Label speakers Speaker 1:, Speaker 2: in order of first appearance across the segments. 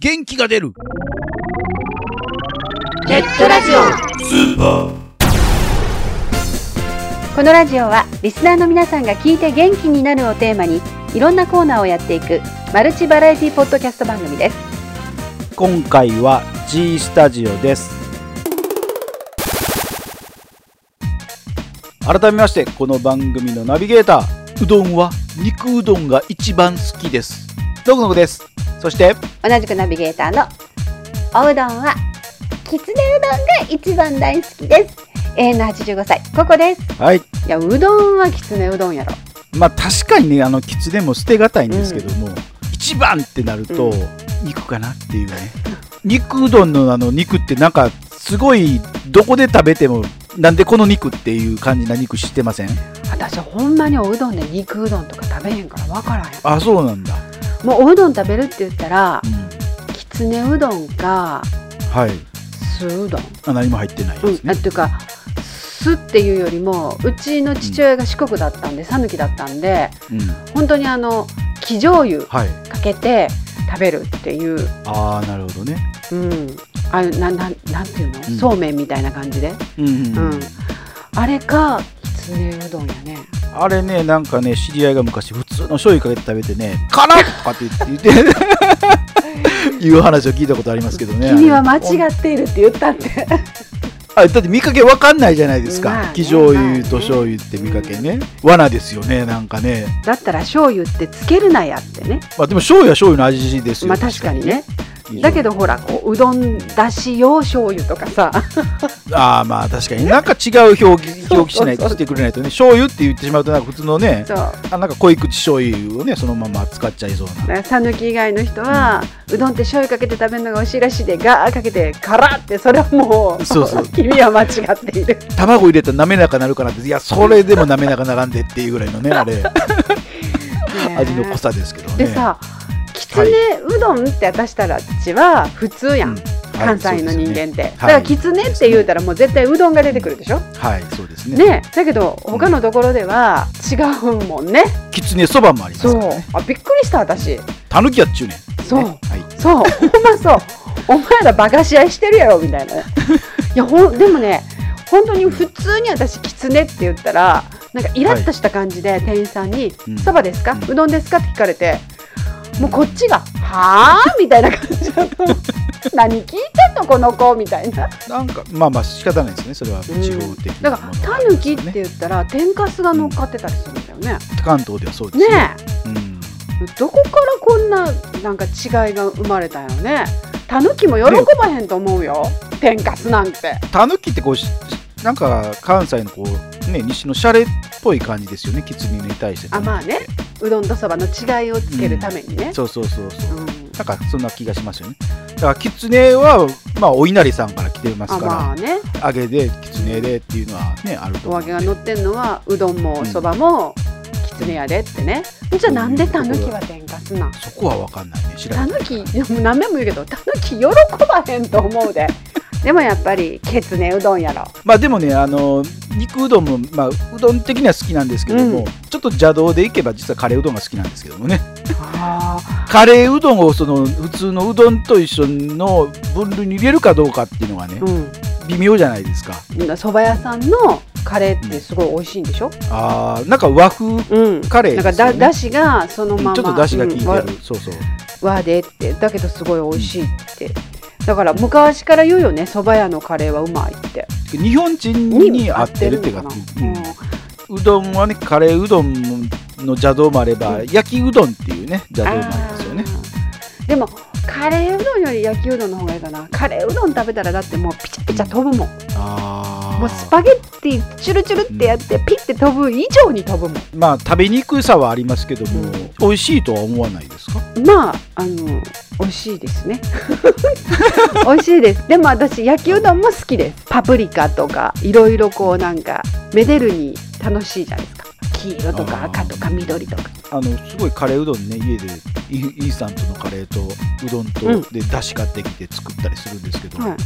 Speaker 1: 元気が出る
Speaker 2: ネットラジオこのラジオはリスナーの皆さんが聞いて元気になるをテーマにいろんなコーナーをやっていくマルチバラエティポッドキャスト番組です
Speaker 3: 今回は G スタジオです改めましてこの番組のナビゲーター
Speaker 1: うどんは肉うどんが一番好きです
Speaker 3: どこのこですそして
Speaker 2: 同じくナビゲーターのおうどんはきつねうどんが一番大好きです永遠の85歳ここです
Speaker 3: はい
Speaker 2: いやうどんはきつねうどんやろ
Speaker 3: まあ確かにねあのきつねも捨てがたいんですけども、一番ってなると、
Speaker 2: う
Speaker 3: 肉かなっていうね肉うどんのあの肉ってなんかすごいどこで食べてもなんでこの肉っていう感じな肉知ってません
Speaker 2: 私ほんまにおうどんで肉うどんとか食べへんから分からへ
Speaker 3: あそうなんだ、
Speaker 2: んもうおうどん食べるって言ったら
Speaker 3: うん、
Speaker 2: きつねうどんか
Speaker 3: はい
Speaker 2: 酢うどん
Speaker 3: あ何も入ってないで
Speaker 2: うん、
Speaker 3: すね
Speaker 2: あ、というか酢っていうよりもうちの父親が四国だったんで讃岐、だったんで
Speaker 3: うん、
Speaker 2: 本当にあの生醤油
Speaker 3: はい
Speaker 2: かけて食べるっていう、
Speaker 3: ああなるほどね
Speaker 2: うん、あなななんていうの、
Speaker 3: うん
Speaker 2: そうめんみたいな感じで、
Speaker 3: うんうん
Speaker 2: うんあれかきつねうどんやね
Speaker 3: あれねなんかね知り合いが昔普通の醤油かけて食べてね「辛っ!」とかって言って言って いう話を聞いたことありますけどね
Speaker 2: 君は間
Speaker 3: あれ
Speaker 2: 違っているって言ったって
Speaker 3: あだって見かけわかんないじゃないです
Speaker 2: まあね
Speaker 3: か生醤油と醤油って見かけね罠ですよねなんかね
Speaker 2: だったら醤油ってつけるなやってね
Speaker 3: まあでも醤油は醤油の味ですよ
Speaker 2: まあ確かにね
Speaker 3: に
Speaker 2: だけどほらこううどんだし用醤油とかさ
Speaker 3: ああまあ確かになんか違う表記表記しないとしてくれないとね醤油って言ってしまうとなんか普通のね
Speaker 2: そう
Speaker 3: あなんか濃い口醤油をねそのまま使っちゃいそうな
Speaker 2: だから讃岐以外の人は、うどんって醤油かけて食べるのが美味しいらしいでガーかけて辛ってそれはもう
Speaker 3: そうそう
Speaker 2: 君は間違っている
Speaker 3: 卵入れたら滑らかなるからっていやそれでも滑らかならんでっていうぐらいのねあ れ 味の濃さですけどね
Speaker 2: でさきつねうどんって私たちは普通やん、
Speaker 3: うんはい
Speaker 2: 関西の人間っ
Speaker 3: す
Speaker 2: て、だ
Speaker 3: よね
Speaker 2: からきつねって言うたらもう絶対うどんが出てくるでしょ、
Speaker 3: はいそうですね
Speaker 2: ねだけど他のところでは違うもんね、
Speaker 3: きつねそばもあります
Speaker 2: そう
Speaker 3: からね
Speaker 2: あびっくりした私
Speaker 3: たぬきやっちゅうねん
Speaker 2: そう
Speaker 3: ねはい
Speaker 2: そう、ほんまそう。お前らバカし合いしてるやろみたいな。 いや、ほん、でもね、本当に普通に私きつねって言ったら。なんかイラッとした感じで店員さんに
Speaker 3: うん
Speaker 2: 「そばですか
Speaker 3: うん
Speaker 2: うどんですか?」って聞かれてもうこっ ちが「はあ?」みたいな感じだと何聞いてんのこの子みたいな
Speaker 3: なんかまあまあ仕方ないですねそれは
Speaker 2: うん
Speaker 3: 地方的
Speaker 2: だ
Speaker 3: な
Speaker 2: か
Speaker 3: もの
Speaker 2: ら
Speaker 3: があ
Speaker 2: タ
Speaker 3: り
Speaker 2: ヌ
Speaker 3: ます
Speaker 2: キ
Speaker 3: よ
Speaker 2: っ
Speaker 3: ね
Speaker 2: て言ったら天かすが乗っかってたりするんだよね
Speaker 3: 関東ではそうです
Speaker 2: ね
Speaker 3: よ
Speaker 2: え
Speaker 3: うん
Speaker 2: どこからこんななんか違いが生まれたよね。タヌキも喜ばへんと思うよ。天かすなんて。
Speaker 3: たぬきってこうしなんか関西のこうね西のシャレっぽい感じですよねきつねに対して
Speaker 2: あまあね。うどんとそばの違いをつけるためにね。
Speaker 3: そうそうそうそううんなんかそんな気がしますよねだからきつねはまあお稲荷さんから来てます
Speaker 2: あ
Speaker 3: か
Speaker 2: ま
Speaker 3: ら
Speaker 2: あね。
Speaker 3: 揚げできつねでっていうのはねあると
Speaker 2: お
Speaker 3: 思
Speaker 2: 揚
Speaker 3: うん
Speaker 2: げ
Speaker 3: で
Speaker 2: が乗ってんのはうどんもそばもきつねやでってね。じゃあなんでタヌキは天かすなん。
Speaker 3: そこは分かんないね知ら
Speaker 2: タ
Speaker 3: な
Speaker 2: ヌ
Speaker 3: い
Speaker 2: キ何べんも言うけどタヌキ喜ばへんと思うで。でもやっぱりきつねうどんやろ。
Speaker 3: まあでもねあの肉うどんも、まあ、うどん的には好きなんですけども、
Speaker 2: うん
Speaker 3: ちょっと邪道でいけば実はカレーうどんが好きなんですけどもね
Speaker 2: あ
Speaker 3: カレーうどんをその普通のうどんと一緒の分類に入れるかどうかっていうのがね
Speaker 2: あ。うん。
Speaker 3: 微妙じゃないですか
Speaker 2: そば屋さんのカレーってすごい美味しいんでしょ、
Speaker 3: あーなんか和風
Speaker 2: うん
Speaker 3: カレー
Speaker 2: な
Speaker 3: で
Speaker 2: んか
Speaker 3: すよ
Speaker 2: だ
Speaker 3: ね
Speaker 2: だしがそのまま、
Speaker 3: うんちょっと出汁が効いて
Speaker 2: うん
Speaker 3: る
Speaker 2: わ、
Speaker 3: そうそう
Speaker 2: 和でってだけどすごい美味しいって、だから昔から言うよねそば屋のカレーはうまいって
Speaker 3: 日本人に合ってるっていうか
Speaker 2: 合って
Speaker 3: う
Speaker 2: るの
Speaker 3: ん
Speaker 2: かな
Speaker 3: うどんはねカレーうどんの邪道もあれば、
Speaker 2: うん
Speaker 3: 焼きうどんっていうね邪道
Speaker 2: うん
Speaker 3: もありますよね
Speaker 2: あーでもカレーうどんより焼きうどんの方がいいかなカレーうどん食べたらだってもうピチャピチャ飛ぶもん、
Speaker 3: あー
Speaker 2: もうスパゲッティチュルチュルってやってピッて飛ぶ以上に飛ぶもん
Speaker 3: まあ食べにくさはありますけども、
Speaker 2: うん
Speaker 3: 美味しいとは思わないですか
Speaker 2: まあ、あの、美味しいですね。 美味しいです。でも、私、焼きうどんも好きです。パプリカとか、いろいろこう、なんか、めでるに楽しいじゃないですか。黄色とか
Speaker 3: あー
Speaker 2: 赤とか緑とか。
Speaker 3: あのすごいカレーうどんね家でイイースタントのカレーとうどんと、
Speaker 2: うん
Speaker 3: でだし買ってきて作ったりするんですけど、
Speaker 2: は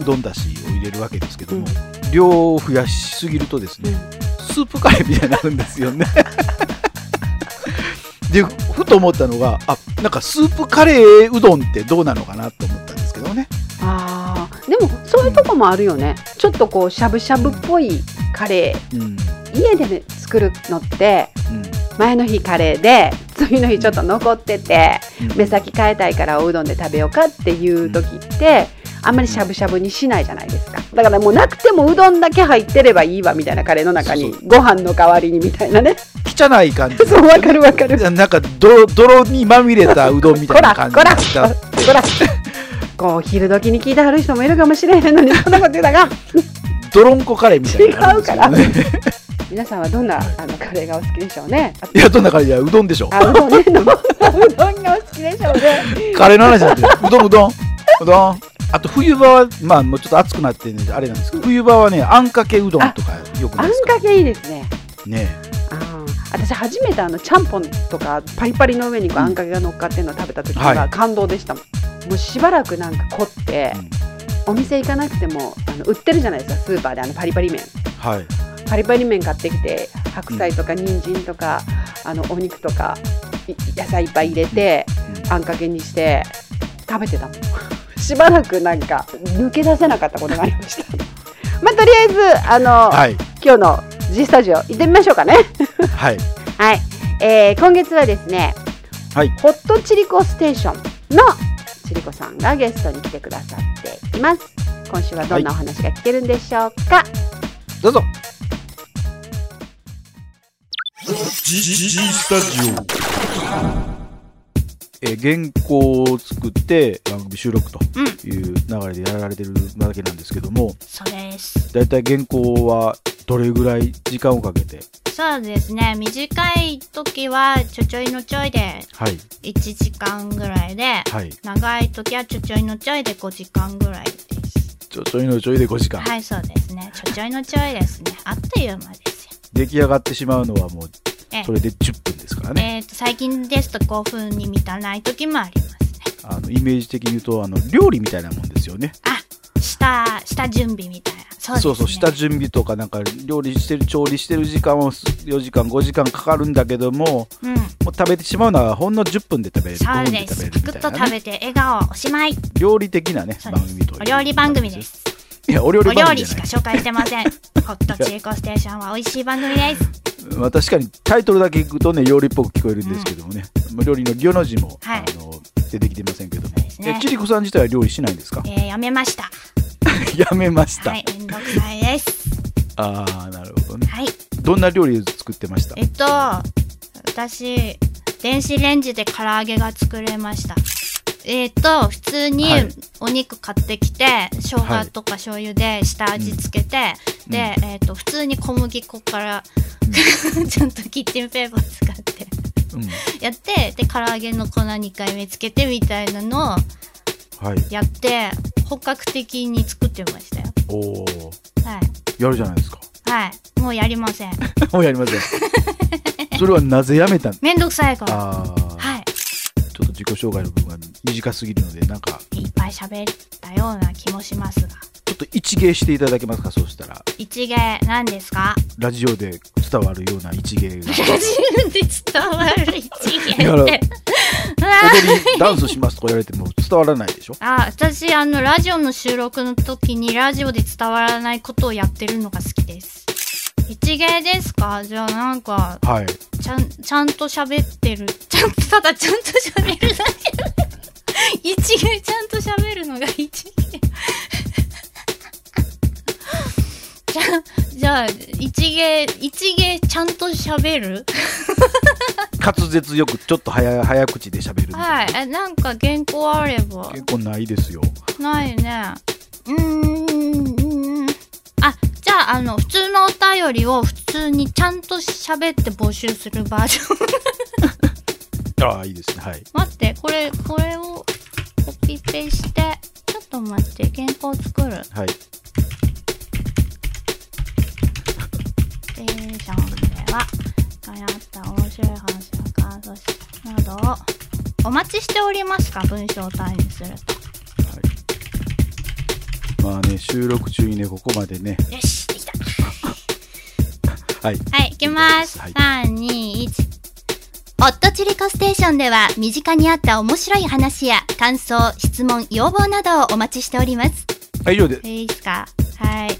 Speaker 3: うどんだしを入れるわけですけども、
Speaker 2: うん
Speaker 3: 量を増やしすぎるとです
Speaker 2: い。
Speaker 3: ねスープカレーみたいになるんですよねでふと思ったのが、あ、なんかスープカレーうどんってどうなのかなと思ったんですけどね。
Speaker 2: あーでもそういうとこもあるよねちょっとこうしゃぶしゃぶっぽいカレ
Speaker 3: うん。うん。
Speaker 2: ー家で、ね、作るのって前の日カレーで次の日ちょっと残ってて目先変えたいからおうどんで食べようかっていう時ってあんまりしゃぶしゃぶにしないじゃないですかだからもうなくてもうどんだけ入ってればいいわみたいなカレーの中に
Speaker 3: そう
Speaker 2: ご飯の代わりにみたいなね
Speaker 3: 汚い感じ。
Speaker 2: そうわかるわかる
Speaker 3: なんか泥泥にまみれたうどんみたいな感じ
Speaker 2: こらこらほらこう昼時に聞いてはる人もいるかもしれへんのにそんなこと言うたらあかん
Speaker 3: 泥んこカレーみたいなのがあるんですよね
Speaker 2: 皆さんはどんなあのカレーがお好きでしょうね
Speaker 3: いやどんなカレーじゃうどんでしょ
Speaker 2: あうどんねうどんが お好きで しょうね
Speaker 3: カレーの話じゃなくてうどんうどんうどんあと冬場はまあもうちょっと暑くなってねあれなんですけど冬場はねあんかけうどんとかよくな
Speaker 2: あ
Speaker 3: い
Speaker 2: ん
Speaker 3: ですか
Speaker 2: かけいいですね
Speaker 3: ね
Speaker 2: あー私初めてあのちゃんぽんとかパリパリの上にこうあんかけが乗っかってるのを食べた時
Speaker 3: は
Speaker 2: が感動でしたもん、もうしばらくなんか凝って、お店行かなくてもあの売ってるじゃないですかスーパーであのパリパリ麺
Speaker 3: はい
Speaker 2: パリパリ麺買ってきて白菜とか人参とか、あのお肉とかい野菜いっぱい入れて、
Speaker 3: うん
Speaker 2: あんかけにして食べてたもん しばらくなんか抜け出せなかったことがありましたまあとりあえずあの、
Speaker 3: はい
Speaker 2: 今日の G スタジオ行ってみましょうかね
Speaker 3: はい
Speaker 2: はい、えー今月はですね、
Speaker 3: はい
Speaker 2: ホットチリコステーションのチリコさんがゲストに来てくださっています。今週はどんなお話が聞けるんでしょうか。
Speaker 3: どうぞ
Speaker 4: G, G, G Stadio.
Speaker 3: えー原稿を作って番組収録という流れでやられてるわけなんですけども
Speaker 5: そうです。
Speaker 3: だいたい原稿はどれぐらい時間をかけて
Speaker 5: そうですね。短い時はちょちょいのちょいで
Speaker 3: はい
Speaker 5: 1時間ぐらいで、
Speaker 3: はい
Speaker 5: 長い時はちょちょいのちょいで5時間ぐらいです。
Speaker 3: ちょちょいのちょいで5時間、
Speaker 5: はい、そうですね。ちょちょいのちょいですね。 あっという間ですよ。
Speaker 3: 出来上がってしまうのはもう
Speaker 5: ええ
Speaker 3: それで10分ですからね
Speaker 5: えっ、と、最近ですと5分に満たない時もありますね。
Speaker 3: あのイメージ的に言うとあの料理みたいなもんですよね
Speaker 5: あ、下、下準備みたいな。そうですね。
Speaker 3: そうそう下準備とかなんか料理してる調理してる時間は4時間5時間かかるんだけども
Speaker 5: うん。
Speaker 3: もう食べてしまうのはほんの10分で食べれる
Speaker 5: そ
Speaker 3: 5
Speaker 5: う
Speaker 3: 分
Speaker 5: で
Speaker 3: で食べ
Speaker 5: す。
Speaker 3: れ
Speaker 5: パ
Speaker 3: る
Speaker 5: ク
Speaker 3: み
Speaker 5: ッ
Speaker 3: た
Speaker 5: と
Speaker 3: いな、ね、
Speaker 5: 食べて笑顔おしまい。
Speaker 3: 料理的なね
Speaker 5: そう
Speaker 3: 番
Speaker 5: です
Speaker 3: 組と。
Speaker 5: お料理番組ですす。
Speaker 3: いやお料
Speaker 5: お
Speaker 3: 理
Speaker 5: 料
Speaker 3: 番組
Speaker 5: 理
Speaker 3: じ
Speaker 5: し
Speaker 3: ゃ
Speaker 5: か
Speaker 3: ない
Speaker 5: 紹介して ません。ホットチーコステーションは美味しい番組です。
Speaker 3: まあ確かにタイトルだけいくとね料理っぽく聞こえるんですけどもね、まあ料理の行の字も、
Speaker 5: はい
Speaker 3: あの出てきてませんけども
Speaker 5: そうですね
Speaker 3: えちりこさん自体は料理しないんですか
Speaker 5: えー、やめました。
Speaker 3: やめました、
Speaker 5: はい、めんどくさいです。
Speaker 3: ああなるほどね
Speaker 5: はい。
Speaker 3: どんな料理を作ってました
Speaker 5: えっと、私、電子レンジで唐揚げが作れました。えっと、普通に
Speaker 3: はい
Speaker 5: お肉買ってきて、生姜とか醤油で下味つけて、
Speaker 3: うん
Speaker 5: で、えっと、普通に小麦粉から、 ちゃんとキッチンペーパー使って。
Speaker 3: うん
Speaker 5: やって、で、唐揚げの粉2回目つけてみたいなのを
Speaker 3: はい
Speaker 5: やって、本格的に作ってましたよ。
Speaker 3: おお
Speaker 5: はい。
Speaker 3: やるじゃないですか
Speaker 5: はい。もうやりません。
Speaker 3: もうやりま せんそれはなぜやめたん
Speaker 5: めんどくさいから。
Speaker 3: ああ、
Speaker 5: は
Speaker 3: ちょっと自己紹介の部分が短すぎるのでなんか
Speaker 5: い。いっぱい喋ったような気もしますが。
Speaker 3: ちょっと一芸していただけますかそうしたら
Speaker 5: 一芸何ですか
Speaker 3: ラジオで伝わるような一芸が
Speaker 5: 自分で伝わる一
Speaker 3: いや
Speaker 5: 芸って。うわー
Speaker 3: 踊りダンスしますとか言われても伝わらないでしょ
Speaker 5: あ、私、あの、ラジオの収録の時にラジオで伝わらないことをやってるのが好きです。一芸ですかじゃあなんか、
Speaker 3: はい
Speaker 5: ちゃん、ちゃんと喋ってる。ちゃんと、ただちゃんと喋るだけ。一芸ちゃんと喋るのが一芸。じゃあ、じゃあ、一芸、一芸ちゃんと喋る
Speaker 3: 滑舌よくちょっと早早口で喋るみたいな、
Speaker 5: はい。え、なんか原稿あれば。
Speaker 3: 結構ないですよ
Speaker 5: ないね。うーん。あ、じゃあ、あの、普通のお便りを普通にちゃんと喋って募集するバージョン。
Speaker 3: ああいいですねはい
Speaker 5: 待って、これ、これをコピペして、ちょっと待って、原稿作る。
Speaker 3: はい
Speaker 5: ステーションでは、流行った面白い話や感想などをお待ちしておりますか文章単位にする
Speaker 3: まあね収録中にねここまでね
Speaker 5: と。よし、できた。
Speaker 3: はい
Speaker 5: はい、行きます。
Speaker 3: はい
Speaker 5: 3、2、1。オットチリコステーションでは身近にあった面白い話や感想、質問、要望などをお待ちしております。
Speaker 3: はい以上で、
Speaker 5: いいっすかはい。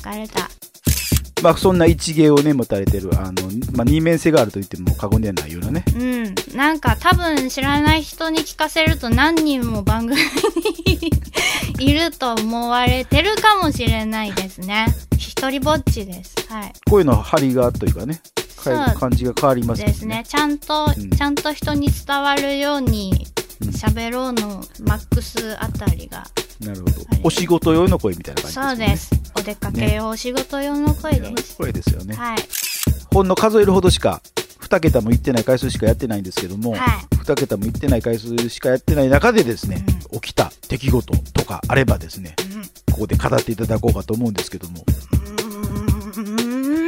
Speaker 5: 疲れた。
Speaker 3: まあ、そんな一芸をね、持たれてる、あの、まあ、二面性があると言っても過言ではないようなね。
Speaker 5: うん。なんか多分知らない人に聞かせると何人も番組にいると思われてるかもしれないですね。一人ぼっちです。はい。
Speaker 3: 声の張りがというかね、
Speaker 5: そう
Speaker 3: 変える感じが変わりますもん
Speaker 5: ですね。。ちゃんと、
Speaker 3: うん
Speaker 5: ちゃんと人に伝わるように
Speaker 3: うん
Speaker 5: 喋ろうのマックスあたりが。
Speaker 3: なるほど
Speaker 5: はい。
Speaker 3: お仕事用の声みたいな
Speaker 5: そ
Speaker 3: 感
Speaker 5: う
Speaker 3: じで
Speaker 5: ですす。お出かけ用、お仕事用の声
Speaker 3: もんね。
Speaker 5: です。
Speaker 3: 声ですよね。
Speaker 5: はい。
Speaker 3: ほんの数えるほどしか、2桁も行ってない回数しかやってないんですけども、
Speaker 5: はい
Speaker 3: 2桁も行ってない回数しかやってない中でですね、起きた出来事とかあればですね、ここで語っていただこうかと思うんですけども、
Speaker 5: うん。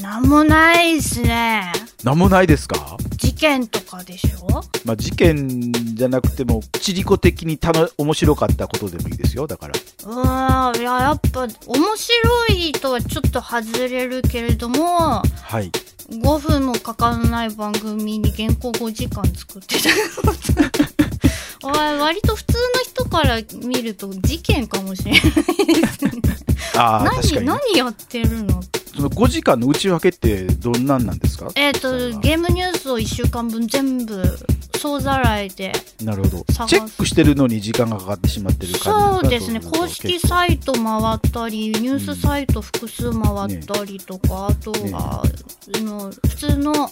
Speaker 5: なんもないですね。
Speaker 3: なんもないですか
Speaker 5: 事件とかでしょ
Speaker 3: まあ、事件じゃなくても、ちりこ的にたの面白かったことでもいいですよ、だから。
Speaker 5: うーん、いや、やっぱ、面白いとはちょっと外れるけれども、
Speaker 3: はい。
Speaker 5: 5分もかからない番組に原稿5時間作ってた。わ割と 普通の人から見ると事件かもしれないですね。
Speaker 3: ああ、確か
Speaker 5: 何、
Speaker 3: にね。
Speaker 5: 何やってるの
Speaker 3: その5時間の内訳ってどんなんなんですか
Speaker 5: えっ、
Speaker 3: それは
Speaker 5: と、ゲームニュースを1週間分全部総ざらいで。
Speaker 3: なるほど。
Speaker 5: 探す
Speaker 3: チェックしてるのに時間がかかってしまってる感じ
Speaker 5: そうですね、公式
Speaker 3: イ
Speaker 5: サイト回ったり、ニュースサイト複数回ったりとか、あと
Speaker 3: ね
Speaker 5: は、あの普通の、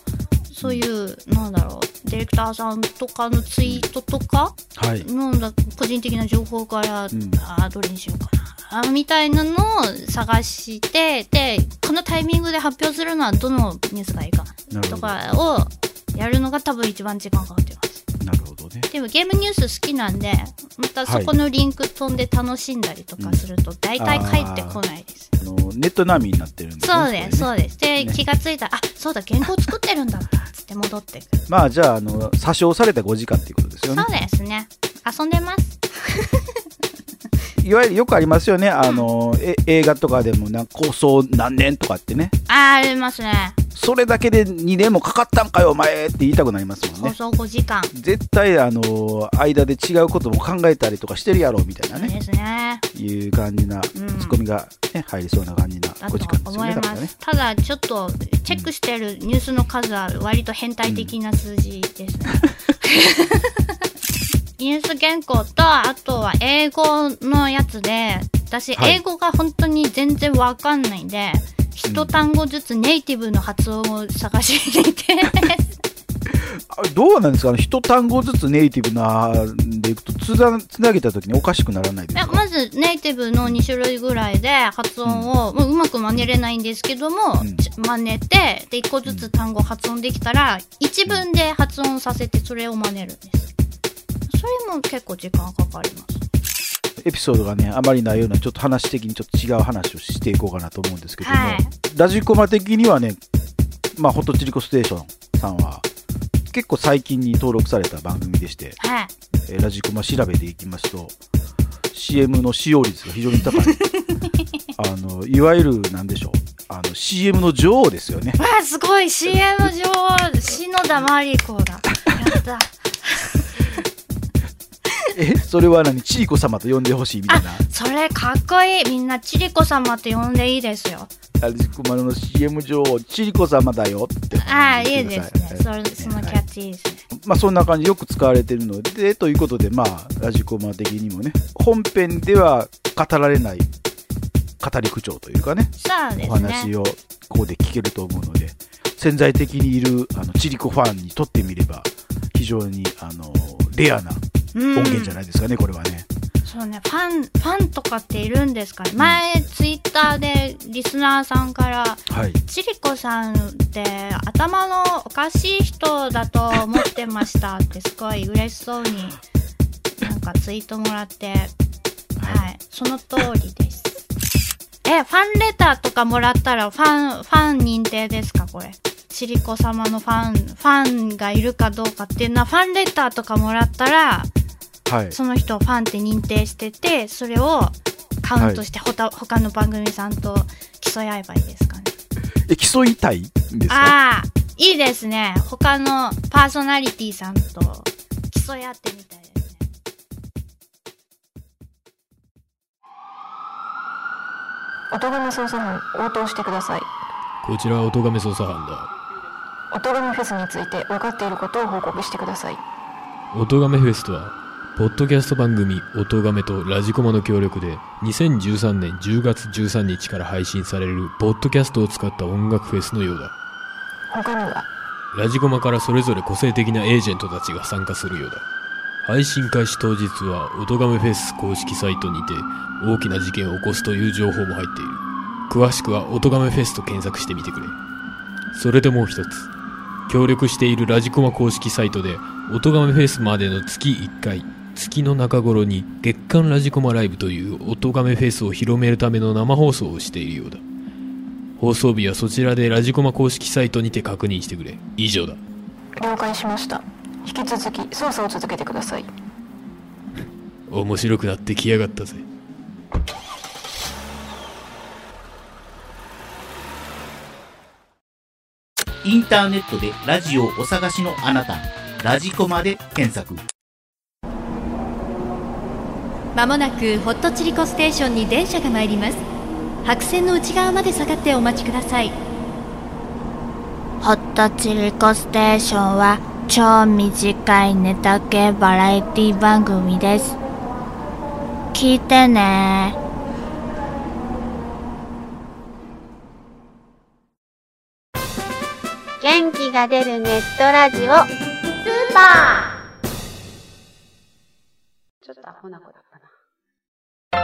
Speaker 5: そういう、なんだろう、ディレクターさんとかのツイートとか、
Speaker 3: ト。はい。
Speaker 5: のだ個人的な情報から、
Speaker 3: ん
Speaker 5: あーどれにしようかなあーみたいなのを探してでこのタイミングで発表するのはどのニュースがいいか
Speaker 3: なる
Speaker 5: と
Speaker 3: ほど。
Speaker 5: かをやるのが多分一番時間かかってます
Speaker 3: なるほどね。
Speaker 5: でもゲームニュース好きなんでまたそこのリンク飛んで楽しんだりとかすると大体帰ってこないです、
Speaker 3: あのネット並みになってるんですね
Speaker 5: そうです
Speaker 3: こ
Speaker 5: そうですで、
Speaker 3: ね
Speaker 5: 気がついたらあそうだ原稿作ってるんだったつって戻ってくる
Speaker 3: れねまあじゃああの詐称された5時間っていうことですよね
Speaker 5: そうですね遊んでます
Speaker 3: いわゆるよくありますよねあの、え映画とかでもなんか構想何年とかってね
Speaker 5: あーありますね
Speaker 3: それだけで2年もかかったんかよお前って言いたくなりますもん
Speaker 5: 放
Speaker 3: ね
Speaker 5: 送5時間
Speaker 3: 絶対あの間で違うことも考えたりとかしてるやろみたいなね
Speaker 5: ですね。
Speaker 3: いう感じなツ
Speaker 5: うん
Speaker 3: ッコミが、ね、入りそうな感じな
Speaker 5: だ
Speaker 3: 5時間で
Speaker 5: と
Speaker 3: す
Speaker 5: 思
Speaker 3: よね
Speaker 5: い
Speaker 3: だ
Speaker 5: ま
Speaker 3: か
Speaker 5: す。
Speaker 3: らね
Speaker 5: ただちょっとチェックしてるニュースの数は割と変態的な数字 ですね。ニュース原稿とあとは英語のやつで私
Speaker 3: はい
Speaker 5: 英語が本当に全然わかんないんで一単語ずつネイティブの発音を探していて
Speaker 3: あどうなんですかあの一単語ずつネイティブなんでいくとつなつなげた時におかしくならないですか
Speaker 5: まずネイティブの2種類ぐらいで発音を、もううまく真似れないんですけども、
Speaker 3: うん
Speaker 5: ち真似てで1個ずつ単語発音できたら一文で発音させてそれを真似るんですそれも結構時間かかります
Speaker 3: エピソードがね、あまりないような、ちょっと話的にちょっと違う話をしていこうかなと思うんですけども、
Speaker 5: はい
Speaker 3: ラジコマ的にはね、まあ、ホットチリコステーションさんは、結構最近に登録された番組でして、
Speaker 5: はい
Speaker 3: えーラジコマ調べていきますと、CM の使用率が非常に 高い。あの、いわゆる、なんでしょう、あの、CM の女王ですよ ね。
Speaker 5: わあすごい CM 女王篠田麻里子だやった
Speaker 3: え、それは何チリコ様と呼んでほしいみたいな。
Speaker 5: それかっこいいみんな千里子様って呼んでいいですよ
Speaker 3: ラジコマの CM 女王、チリコ様だよって。
Speaker 5: ああいいですねそれ
Speaker 3: はい
Speaker 5: そのキャッチいいですね、
Speaker 3: まあ、そんな感じよく使われてるのでということで、まあ、ラジコマ的にもね本編では語られない語り口調というかね
Speaker 5: そうで
Speaker 3: お
Speaker 5: すね
Speaker 3: 話をここで聞けると思うので潜在的にいるあのチリコファンにとってみれば非常にあのレアな
Speaker 5: うん
Speaker 3: 音源じゃないですかね、これはね。
Speaker 5: そうね、ファン、ファンとかっているんですかね。前、ツイッターでリスナーさんから、
Speaker 3: はい、
Speaker 5: ちりこさんって頭のおかしい人だと思ってましたってすごい嬉しそうに、なんかツイートもらって、はい、その通りです。え、ファンレターとかもらったらファン、ファン認定ですかこれ。ちりこ様のファン、ファンがいるかどうかっていうのは、ファンレターとかもらったら、
Speaker 3: はい
Speaker 5: その人をファンって認定しててそれをカウントしてほた、他の番組さんと競い合えばいいですかね。
Speaker 3: え競いたいんですか
Speaker 5: ああいいですね。他のパーソナリティさんと競い合ってみたいですね。
Speaker 6: 音亀捜査班応答してください
Speaker 7: こちらは音亀捜査班だ。
Speaker 6: 音亀フェスについて分かっていることを報告してください
Speaker 7: 音亀フェスとは、ポッドキャスト番組音亀とラジコマの協力で、2013年10月13日から配信されるポッドキャストを使った音楽フェスのようだ。
Speaker 6: 他には
Speaker 7: ラジコマからそれぞれ個性的なエージェントたちが参加するようだ。配信開始当日は、音亀フェス公式サイトにて、大きな事件を起こすという情報も入っている。詳しくは、音亀フェスと検索してみてくれ。それでもう一つ。協力しているラジコマ公式サイトで、音亀フェスまでの月1回、月の中頃に月間ラジコマライブという音亀フェスを広めるための生放送をしているようだ。放送日はそちらでラジコマ公式サイトにて確認してくれ。以上だ。
Speaker 6: 了解しました引き続き捜査を続けてください
Speaker 7: 面白くなってきやがったぜ。
Speaker 1: インターネットでラジオをお探しのあなた、ラジコマで検索。
Speaker 8: まもなくホットチリコステーションに電車が参ります白線の内側まで下がってお待ちください
Speaker 9: ホットチリコステーションは超短いネタ系バラエティ番組です。聞いてね元気が出るネットラジオ、スーパー
Speaker 2: ちょっとアホな子だったな。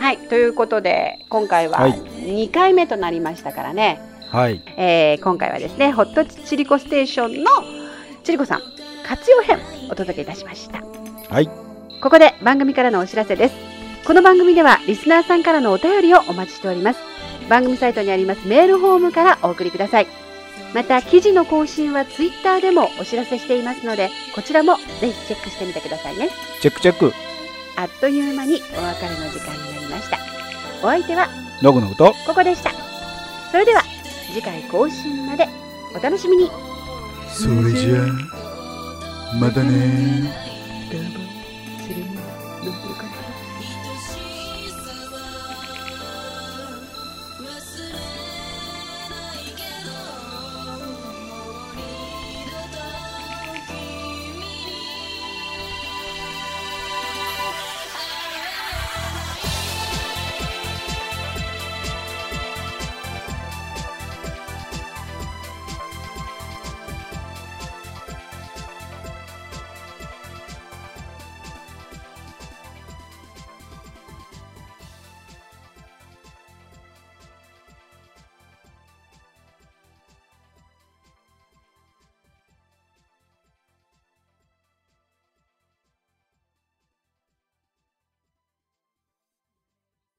Speaker 2: はい、ということで、今回は
Speaker 3: はい
Speaker 2: 2回目となりましたからね、
Speaker 3: はい。
Speaker 2: えー今回はですね、ホットチリコステーションのチリコさん活用編お届けいたしました。
Speaker 3: はい。
Speaker 2: ここで番組からのお知らせです。この番組ではリスナーさんからのお便りをお待ちしております。番組サイトにありますメールフォームからお送りください。また、記事の更新はツイッターでもお知らせしていますので、こちらもぜひチェックしてみてくださいね。
Speaker 3: チェックチェック。
Speaker 2: あっという間にお別れの時間になりました。お相手は
Speaker 3: ノグノグと。
Speaker 2: ここでした。それでは次回更新までお楽しみに。
Speaker 4: それじゃあまたね
Speaker 2: ダバンスレンドルカラス